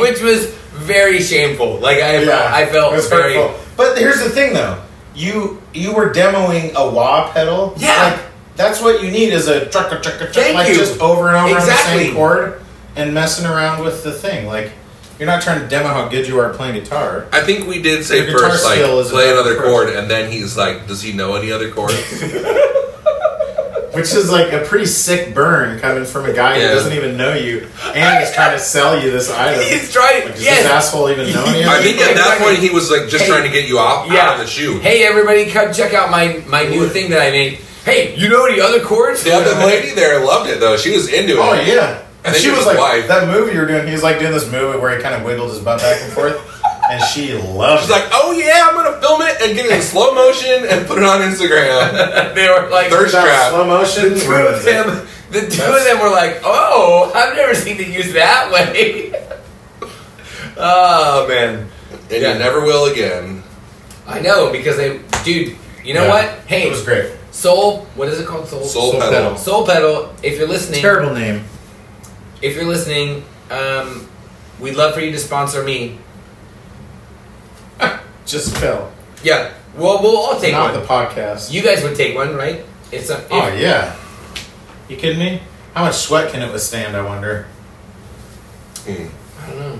S2: Which was very shameful. Like I, felt I felt
S3: it was
S2: very.
S3: hurtful. But here's the thing, though. You you were demoing a wah pedal.
S2: Yeah.
S3: Like, that's what you need is a truck, truck, truck,
S2: Thank
S3: like
S2: you.
S3: just over and over on the
S2: Exactly.
S3: same chord and messing around with the thing. Like, you're not trying to demo how good you are at playing guitar.
S1: I think we did say
S3: Your guitar
S1: first, like,
S3: skill is
S1: play
S3: another
S1: another chord,
S3: person.
S1: and then he's like, does he know any other chords?
S3: Which is like a pretty sick burn coming from a guy
S1: Yeah.
S3: who doesn't even know you and is trying to sell you this item.
S2: He's trying.
S3: Like, does this
S2: yes.
S3: asshole even know me?
S1: I think at that point he was like just
S2: Hey.
S1: trying to get you off out
S2: Yeah.
S1: of the shoe.
S2: Hey everybody, come check out my my new thing that I made. Hey, you know any other chords?
S1: The other lady there loved it though. She was into it.
S3: Oh yeah.
S1: I
S3: And
S1: think
S3: she
S1: it
S3: was
S1: was
S3: like
S1: live.
S3: that movie you were doing. He was like doing this movie where he kind of wiggled his butt back and forth, and she loved.
S1: She's like, oh yeah, I'm gonna film it and get it in slow motion and put it on Instagram.
S2: they were like
S1: Third
S3: it. That
S1: strap.
S3: slow motion.
S2: two of
S3: ruins it.
S2: them. The two of them were like, "Oh, I've never seen it used that way." oh man,
S1: And
S2: Yeah.
S1: you never will again.
S2: I know because they, dude. You know
S3: Yeah.
S2: what? Hey,
S3: It was great.
S2: Soul. What is it called? Soul.
S1: Soul,
S3: Soul
S1: pedal.
S3: pedal.
S2: Soul pedal. If you're listening,
S3: Terrible name.
S2: if you're listening, um, we'd love for you to sponsor me.
S3: Just fell.
S2: Yeah. Well, we'll all take
S3: Not
S2: one.
S3: the podcast.
S2: you guys would take one, right? It's a,
S3: oh yeah. You kidding me? How much sweat can it withstand? I wonder.
S1: Hmm.
S2: I don't know.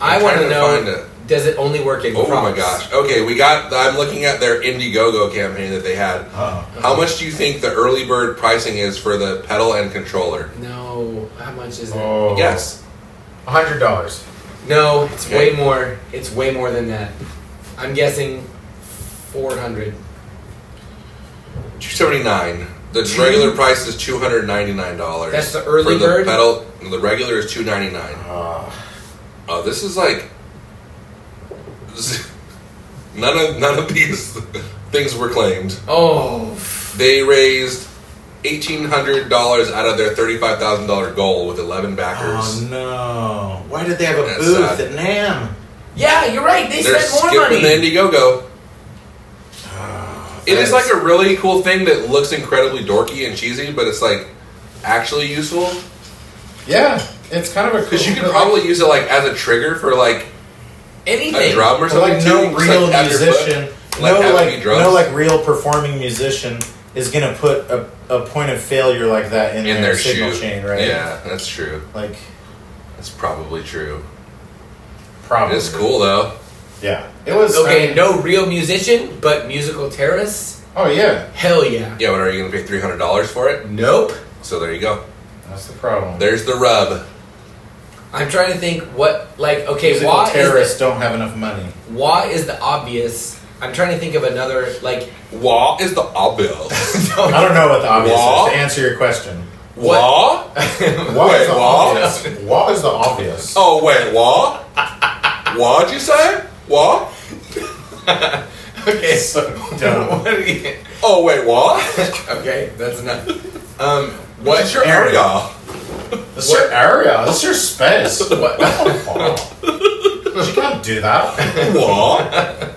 S1: I'm
S2: I want
S1: trying
S2: to
S1: to
S2: know.
S1: find it.
S2: Does it only work in?
S1: Oh my
S2: crops?
S1: gosh. Okay, we got. I'm looking at their Indiegogo campaign that they had.
S3: Oh.
S1: How much do you think the early bird pricing is for the pedal and controller?
S2: No. How much is it?
S3: Oh.
S1: Yes.
S3: Hundred dollars.
S2: No, it's
S1: Okay.
S2: way more. It's way more than that. I'm guessing 400.
S1: 279. The regular price is two hundred ninety nine dollars.
S2: That's the early
S1: for the
S2: bird?
S1: Pedal. The regular is two ninety nine. Oh, this is like none of none of these things were claimed.
S2: Oh, f-
S1: They raised eighteen hundred dollars out of their thirty five thousand dollar goal with eleven backers.
S3: Oh no! Why did they have a
S1: That's
S3: booth
S1: sad.
S3: at Nam?
S2: yeah, you're right. They
S1: They're
S2: spent more
S1: skipping
S2: money.
S1: the Indiegogo. It is like
S3: thanks.
S1: a really cool thing that looks incredibly dorky and cheesy, but it's like actually useful
S3: Yeah, it's kind of a
S1: because you
S3: cool-
S1: could probably use it like as a trigger for like
S2: Anything.
S1: a drum or
S3: So
S1: something.
S3: like
S1: too.
S3: no
S1: You just,
S3: real
S1: like, tap your foot.
S3: musician,
S1: like,
S3: no
S1: have
S3: like
S1: any drums.
S3: no like real performing musician is gonna put a, a point of failure like that in,
S1: in
S3: their,
S1: their
S3: signal
S1: shoe.
S3: chain, right?
S1: Yeah, that's true.
S3: Like
S1: That's probably true.
S3: probably.
S1: It's cool though.
S3: Yeah, it was
S2: Okay,
S3: I-
S2: no real musician, but musical terrorists?
S3: oh yeah,
S2: Hell yeah.
S1: Yeah, but are you gonna pay three hundred dollars for it?
S2: Nope.
S1: So there you go.
S3: that's the problem.
S1: There's the rub.
S2: I'm trying to think what, like, okay,
S3: Musical
S2: why
S3: terrorists
S2: is,
S3: don't have enough money.
S2: the, why is the obvious? I'm trying to think of another, like,
S1: Wah is the obvious.
S3: I don't know what the obvious
S1: Wall?
S3: is to answer your question.
S1: Wah?
S3: What is
S1: Wait,
S3: the
S1: wall?
S3: obvious? What is the obvious?
S1: Oh wait, wah? What'd you say? Wah?
S2: okay,
S3: so dumb.
S2: what do you-
S1: Oh wait, wah?
S2: okay, that's enough. Um,
S1: What is your
S3: area?
S1: area?
S3: That's your area. That's your space.
S2: what,
S3: Oh. you can't do that.
S1: Wah?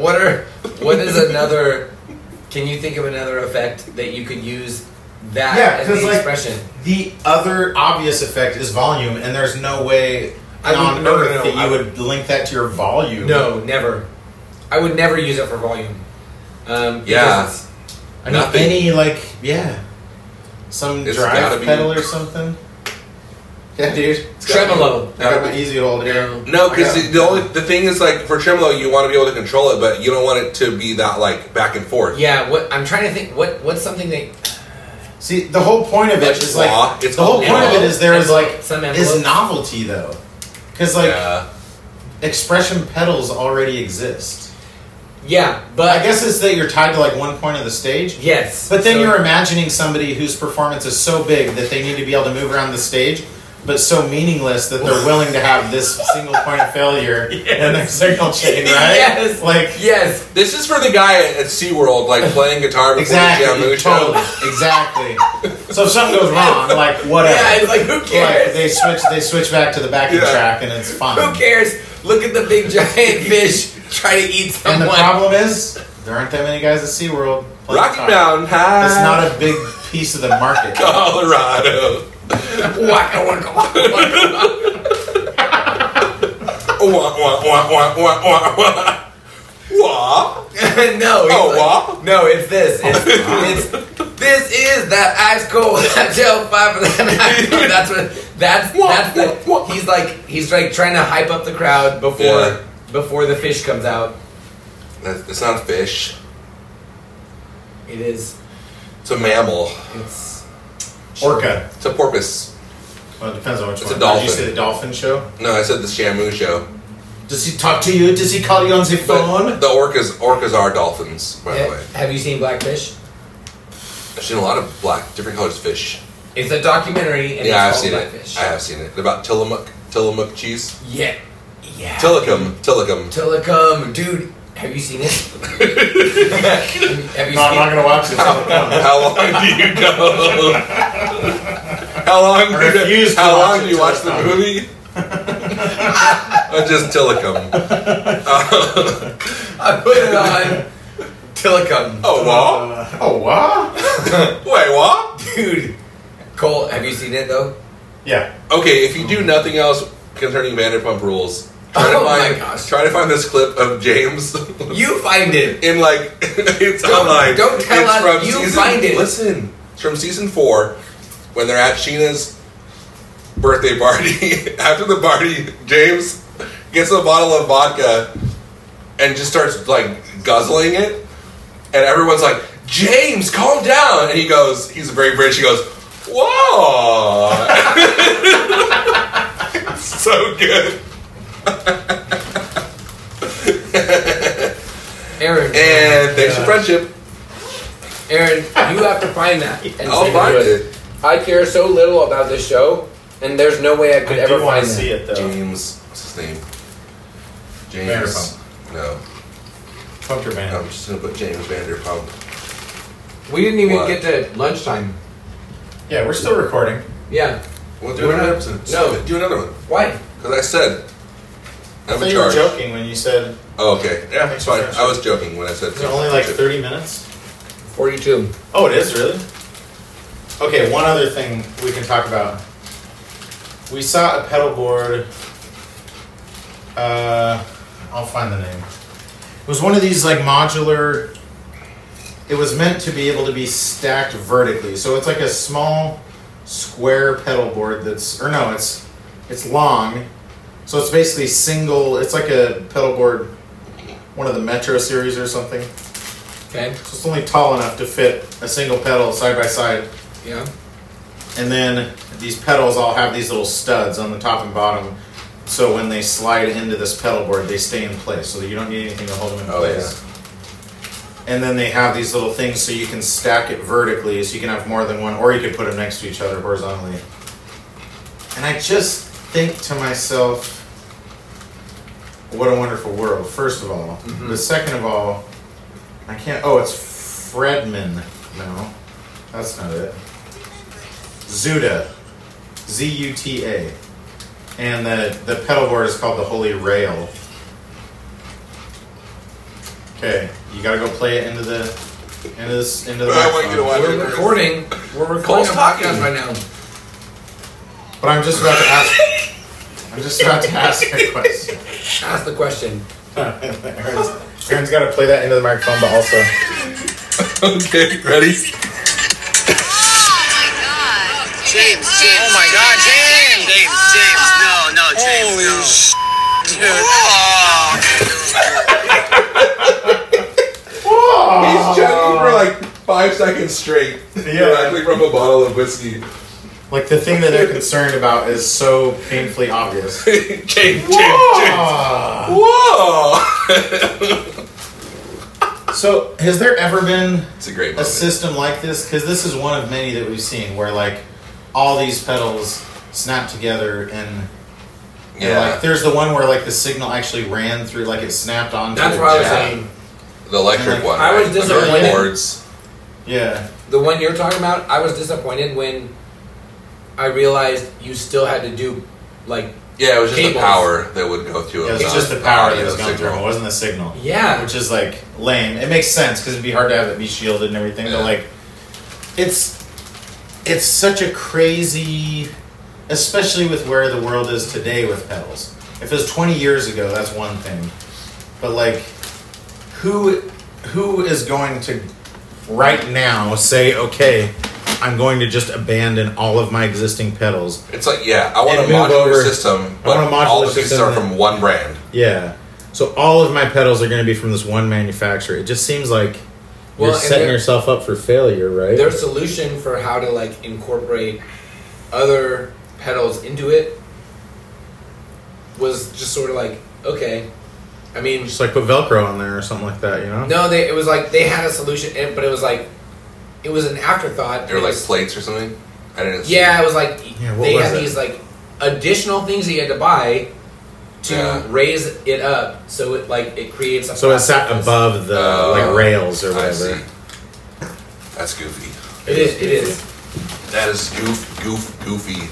S2: What are what is another? Can you think of another effect that you could use that
S3: Yeah,
S2: as
S3: 'cause,
S2: the
S3: like,
S2: expression?
S3: The other obvious effect is volume, and there's no way
S2: I would-
S3: on
S2: no, no,
S3: earth
S2: no,
S3: that
S2: I
S3: you would link that to your volume.
S2: No, never. I would never use it for volume. Um, because
S1: Yeah.
S2: it's-
S3: I mean,
S1: nothing.
S3: any like yeah, some
S1: It's gotta
S3: drive
S1: be-
S3: pedal or something. Yeah, dude.
S2: Tremolo.
S3: I got my easy hold here.
S2: No.
S1: No, because
S3: I
S1: the,
S3: got-
S1: the only the thing is like for tremolo you want to be able to control it, but you don't want it to be that like back and forth.
S2: Yeah. What I'm trying to think. What what's something that
S3: See, the whole point of it
S1: That's
S3: is
S1: law.
S3: like
S1: It's
S3: the whole
S1: called
S3: point of it
S2: envelope.
S3: is there is like
S2: Some
S3: is
S2: envelope.
S3: novelty though, because like
S1: Yeah.
S3: expression pedals already exist.
S2: Yeah, but
S3: I guess it's that you're tied to like one point of the stage,
S2: yes.
S3: But then
S2: So-
S3: you're imagining somebody whose performance is so big that they need to be able to move around the stage but so meaningless that they're willing to have this single point of failure in their signal chain, right?
S2: Yes.
S3: Like
S2: Yes.
S1: This is for the guy at, at SeaWorld, like playing guitar before
S3: exactly,
S1: the jam. Moonshine.
S3: totally, exactly. So if something goes wrong, like whatever.
S2: Yeah, it's like who
S3: Like
S2: cares?
S3: they switch, they switch back to the backing
S1: Yeah.
S3: track, and it's fine.
S2: Who cares? Look at the big giant fish try to eat
S3: And
S2: someone.
S3: the problem is, there aren't that many guys at SeaWorld. playing
S1: Rocky
S3: guitar.
S1: Mountain High,
S3: That's not a big piece of the market.
S1: Colorado.
S2: Waka, waka, waka, waka.
S1: Wah, wah, wah, wah, wah, wah, wah. Wah.
S2: no. he's
S1: Oh,
S2: like-
S1: wah?
S2: No, it's this. It's, it's this is that ice cold that gel five of that ice cold. That's what. That's
S1: Wah,
S2: that's
S1: wah, wah.
S2: the, He's like he's like trying to hype up the crowd before
S1: Yeah.
S2: before the fish comes out.
S1: That's, that's not a fish.
S2: It is.
S1: It's a mammal.
S2: It's
S3: Orca.
S1: It's a porpoise.
S3: Well, it depends on which
S1: It's
S3: one.
S1: a
S3: Did you
S1: dolphin.
S3: see the dolphin show?
S1: No, I said the Shamu show.
S3: Does he talk to you? Does he call you on the
S1: But the orcas, orcas are dolphins, by the way.
S2: eh, Have you seen Blackfish?
S1: I've seen a lot of black, different colors fish.
S2: It's a documentary. And
S1: yeah, I've
S2: it's called
S1: seen
S2: Blackfish.
S1: it. I have seen it. About Tillamook, Tillamook cheese.
S2: Yeah. Yeah.
S1: Tillicum, Tillicum.
S2: Telecom, dude. Have you seen it? have you
S3: No, I'm not
S2: seen it?
S3: gonna watch it.
S1: How long do you go? how long?
S3: I refuse to
S1: how
S3: watch
S1: long
S3: it
S1: do you
S3: till
S1: watch
S3: it's
S1: the
S3: done.
S1: movie? Uh, just Tillicum.
S2: I put it on Telecom.
S1: Oh, what?
S3: oh
S1: Wait,
S3: what?
S1: what?
S2: Dude. Cole, have you seen it though?
S3: Yeah.
S1: Okay, if you do nothing else concerning Vanderpump Rules, try to
S2: Oh my
S1: find
S2: gosh.
S1: try to find this clip of James
S2: You find it.
S1: in like it's
S2: Don't-
S1: online.
S2: don't tell
S1: It's
S2: us.
S1: from
S2: You
S1: season-
S2: find it.
S1: Listen, it's from season four when they're at Sheena's birthday party. After the party, James gets a bottle of vodka and just starts like guzzling it, and everyone's like, "James, calm down!" And he goes, "He's very British." He goes, "Whoa." so good.
S2: Aaron.
S1: And thanks for friendship.
S2: Aaron, you have to find that. And
S1: I'll
S2: send
S1: find
S2: to us.
S1: it.
S2: I care so little about this show, and there's no way I could
S3: I
S2: ever
S3: do want
S2: find
S3: to see
S2: that.
S3: it though.
S1: James, what's his name? James.
S3: Vanderpump.
S1: No,
S3: Pump your
S1: no,
S3: man.
S1: I'm just gonna put James Vanderpump.
S2: We didn't even
S1: What?
S2: get to lunchtime.
S3: Yeah, we're still recording.
S2: Yeah.
S1: We'll
S2: We're
S1: do another
S2: not-
S1: episode.
S2: no.
S1: do another one.
S2: Why?
S1: Because I said
S3: I
S1: I'm
S3: thought
S1: in
S3: you were
S1: charge.
S3: joking when you said
S1: Oh, okay. Yeah, it's fine. I was joking when I said.
S3: it's only like 30 minutes.
S2: 42.
S3: Oh, it is really. Okay, one other thing we can talk about. We saw a pedal board. Uh, I'll find the name. It was one of these like modular. It was meant to be able to be stacked vertically, so it's like a small square pedal board that's or no, it's it's long. So it's basically single. It's like a pedal board, one of the Metro series or something.
S2: Okay.
S3: So it's only tall enough to fit a single pedal side by side.
S2: Yeah.
S3: And then these pedals all have these little studs on the top and bottom. So when they slide into this pedal board, they stay in place so that you don't need anything to hold them in
S1: Oh,
S3: place. And then they have these little things so you can stack it vertically so you can have more than one, or you could put them next to each other horizontally. And I just think to myself, what a wonderful world, first of all. But second of all, I can't. Oh, it's Fredman. No, that's not it. Zuda, Z U T A, and the the pedal board is called the Holy Rail. Okay, you gotta go play it into the into this into the.
S1: I want you to watch
S3: microphone.
S2: We're recording. We're recording
S1: Cole's
S2: a
S1: talking.
S2: podcast right now.
S3: But I'm just about to ask. I'm just about to ask a question.
S2: Ask the question.
S3: Aaron's, Aaron's got to play that into the microphone, but also.
S1: Okay, ready?
S5: James, James. Oh my god, James! James, James, no, no, James. Holy no. Oh. shit, dude.
S1: He's chugging for like five seconds straight,
S3: Yeah.
S1: directly from a bottle of whiskey.
S3: Like the thing that they're concerned about is so painfully obvious. Ah.
S1: James, James, James. Whoa!
S3: So, has there ever been
S1: it's a great
S3: a
S1: moment.
S3: system like this? Because this is one of many that we've seen where like all these pedals snapped together and. and,
S1: Yeah.
S3: like there's the one where like the signal actually ran through, like it snapped onto.
S2: That's
S3: the
S2: what I was
S3: jack.
S2: saying.
S1: The electric one.
S2: I was
S1: right? The
S2: disappointed.
S1: cords.
S3: Yeah,
S2: The one you're talking about, I was disappointed when I realized you still had to do like
S1: Yeah, it was just the
S2: Cables.
S1: power that would go through it.
S3: it was
S1: not
S3: just the power that
S1: audio
S3: was going through.
S1: signal.
S3: It wasn't the signal.
S2: yeah.
S3: which is like lame. It makes sense because it'd be hard to have it be shielded and everything,
S1: Yeah.
S3: but like, it's it's such a crazy, especially with where the world is today with pedals. If it was twenty years ago, that's one thing, but like, who who is going to right now say okay? I'm going to just abandon all of my existing pedals.
S1: It's like yeah, I want
S3: And
S1: a
S3: move
S1: modular
S3: over-
S1: system,
S3: I want
S1: but
S3: a modular
S1: all the pieces
S3: system
S1: are
S3: that-
S1: from one brand.
S3: Yeah. So all of my pedals are going to be from this one manufacturer. It just seems like
S2: Well,
S3: you're
S2: and
S3: setting
S2: there-
S3: yourself up for failure, right?
S2: Their solution for how to like incorporate other pedals into it was just sort of like okay. I mean,
S3: Just like put Velcro on there or something like that, you know?
S2: no, they, it was like they had a solution, and- but it was like it was an afterthought.
S1: They were
S2: It
S1: like
S2: was-
S1: plates or something. I didn't. see
S2: Yeah,
S1: it.
S2: it was like
S3: Yeah, what
S2: they
S3: was
S2: had
S3: it?
S2: these like additional things that you had to buy to
S1: Yeah.
S2: raise it up, so it like it creates a.
S3: So it sat
S2: platform.
S3: above the
S1: Oh,
S3: like rails or
S1: I see.
S3: whatever.
S1: That's goofy.
S2: It is. It is.
S1: That is goof, goof, goofy.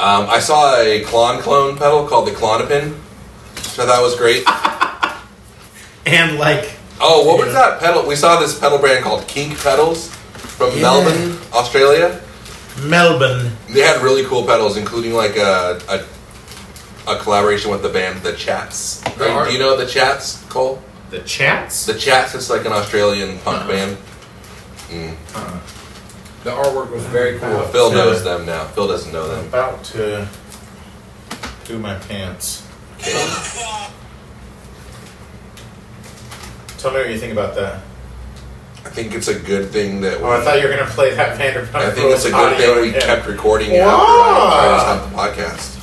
S1: Um, I saw a Klon clone pedal called the Clonopin, which I thought was great.
S3: And like
S1: Oh, what was that pedal? We saw this pedal brand called Kink Pedals from
S3: Yeah.
S1: Melbourne, Australia.
S3: Melbourne.
S1: They had really cool pedals, including like a a, a collaboration with the band The Chats.
S2: They are-
S1: Do you know The Chats, Cole?
S3: The chats?
S1: The Chats is like an Australian
S2: Uh-huh.
S1: punk band.
S2: The artwork was very cool.
S1: Phil
S3: Yeah.
S1: knows them now. Phil doesn't know
S3: I'm
S1: them.
S3: about to do my pants. Tell me what you think about that.
S1: I think it's a good thing that.
S3: Oh, I thought you were gonna play that Vanderpump.
S1: I think it's a good
S3: Rules
S1: thing
S3: audio
S1: we
S3: again.
S1: kept recording it
S3: Yeah.
S1: after I tried to stop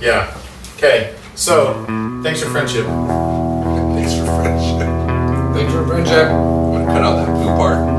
S3: Yeah. Okay. So thanks for friendship.
S1: the podcast. Thanks for friendship.
S2: Thanks for friendship.
S1: I'm gonna cut out that poo part.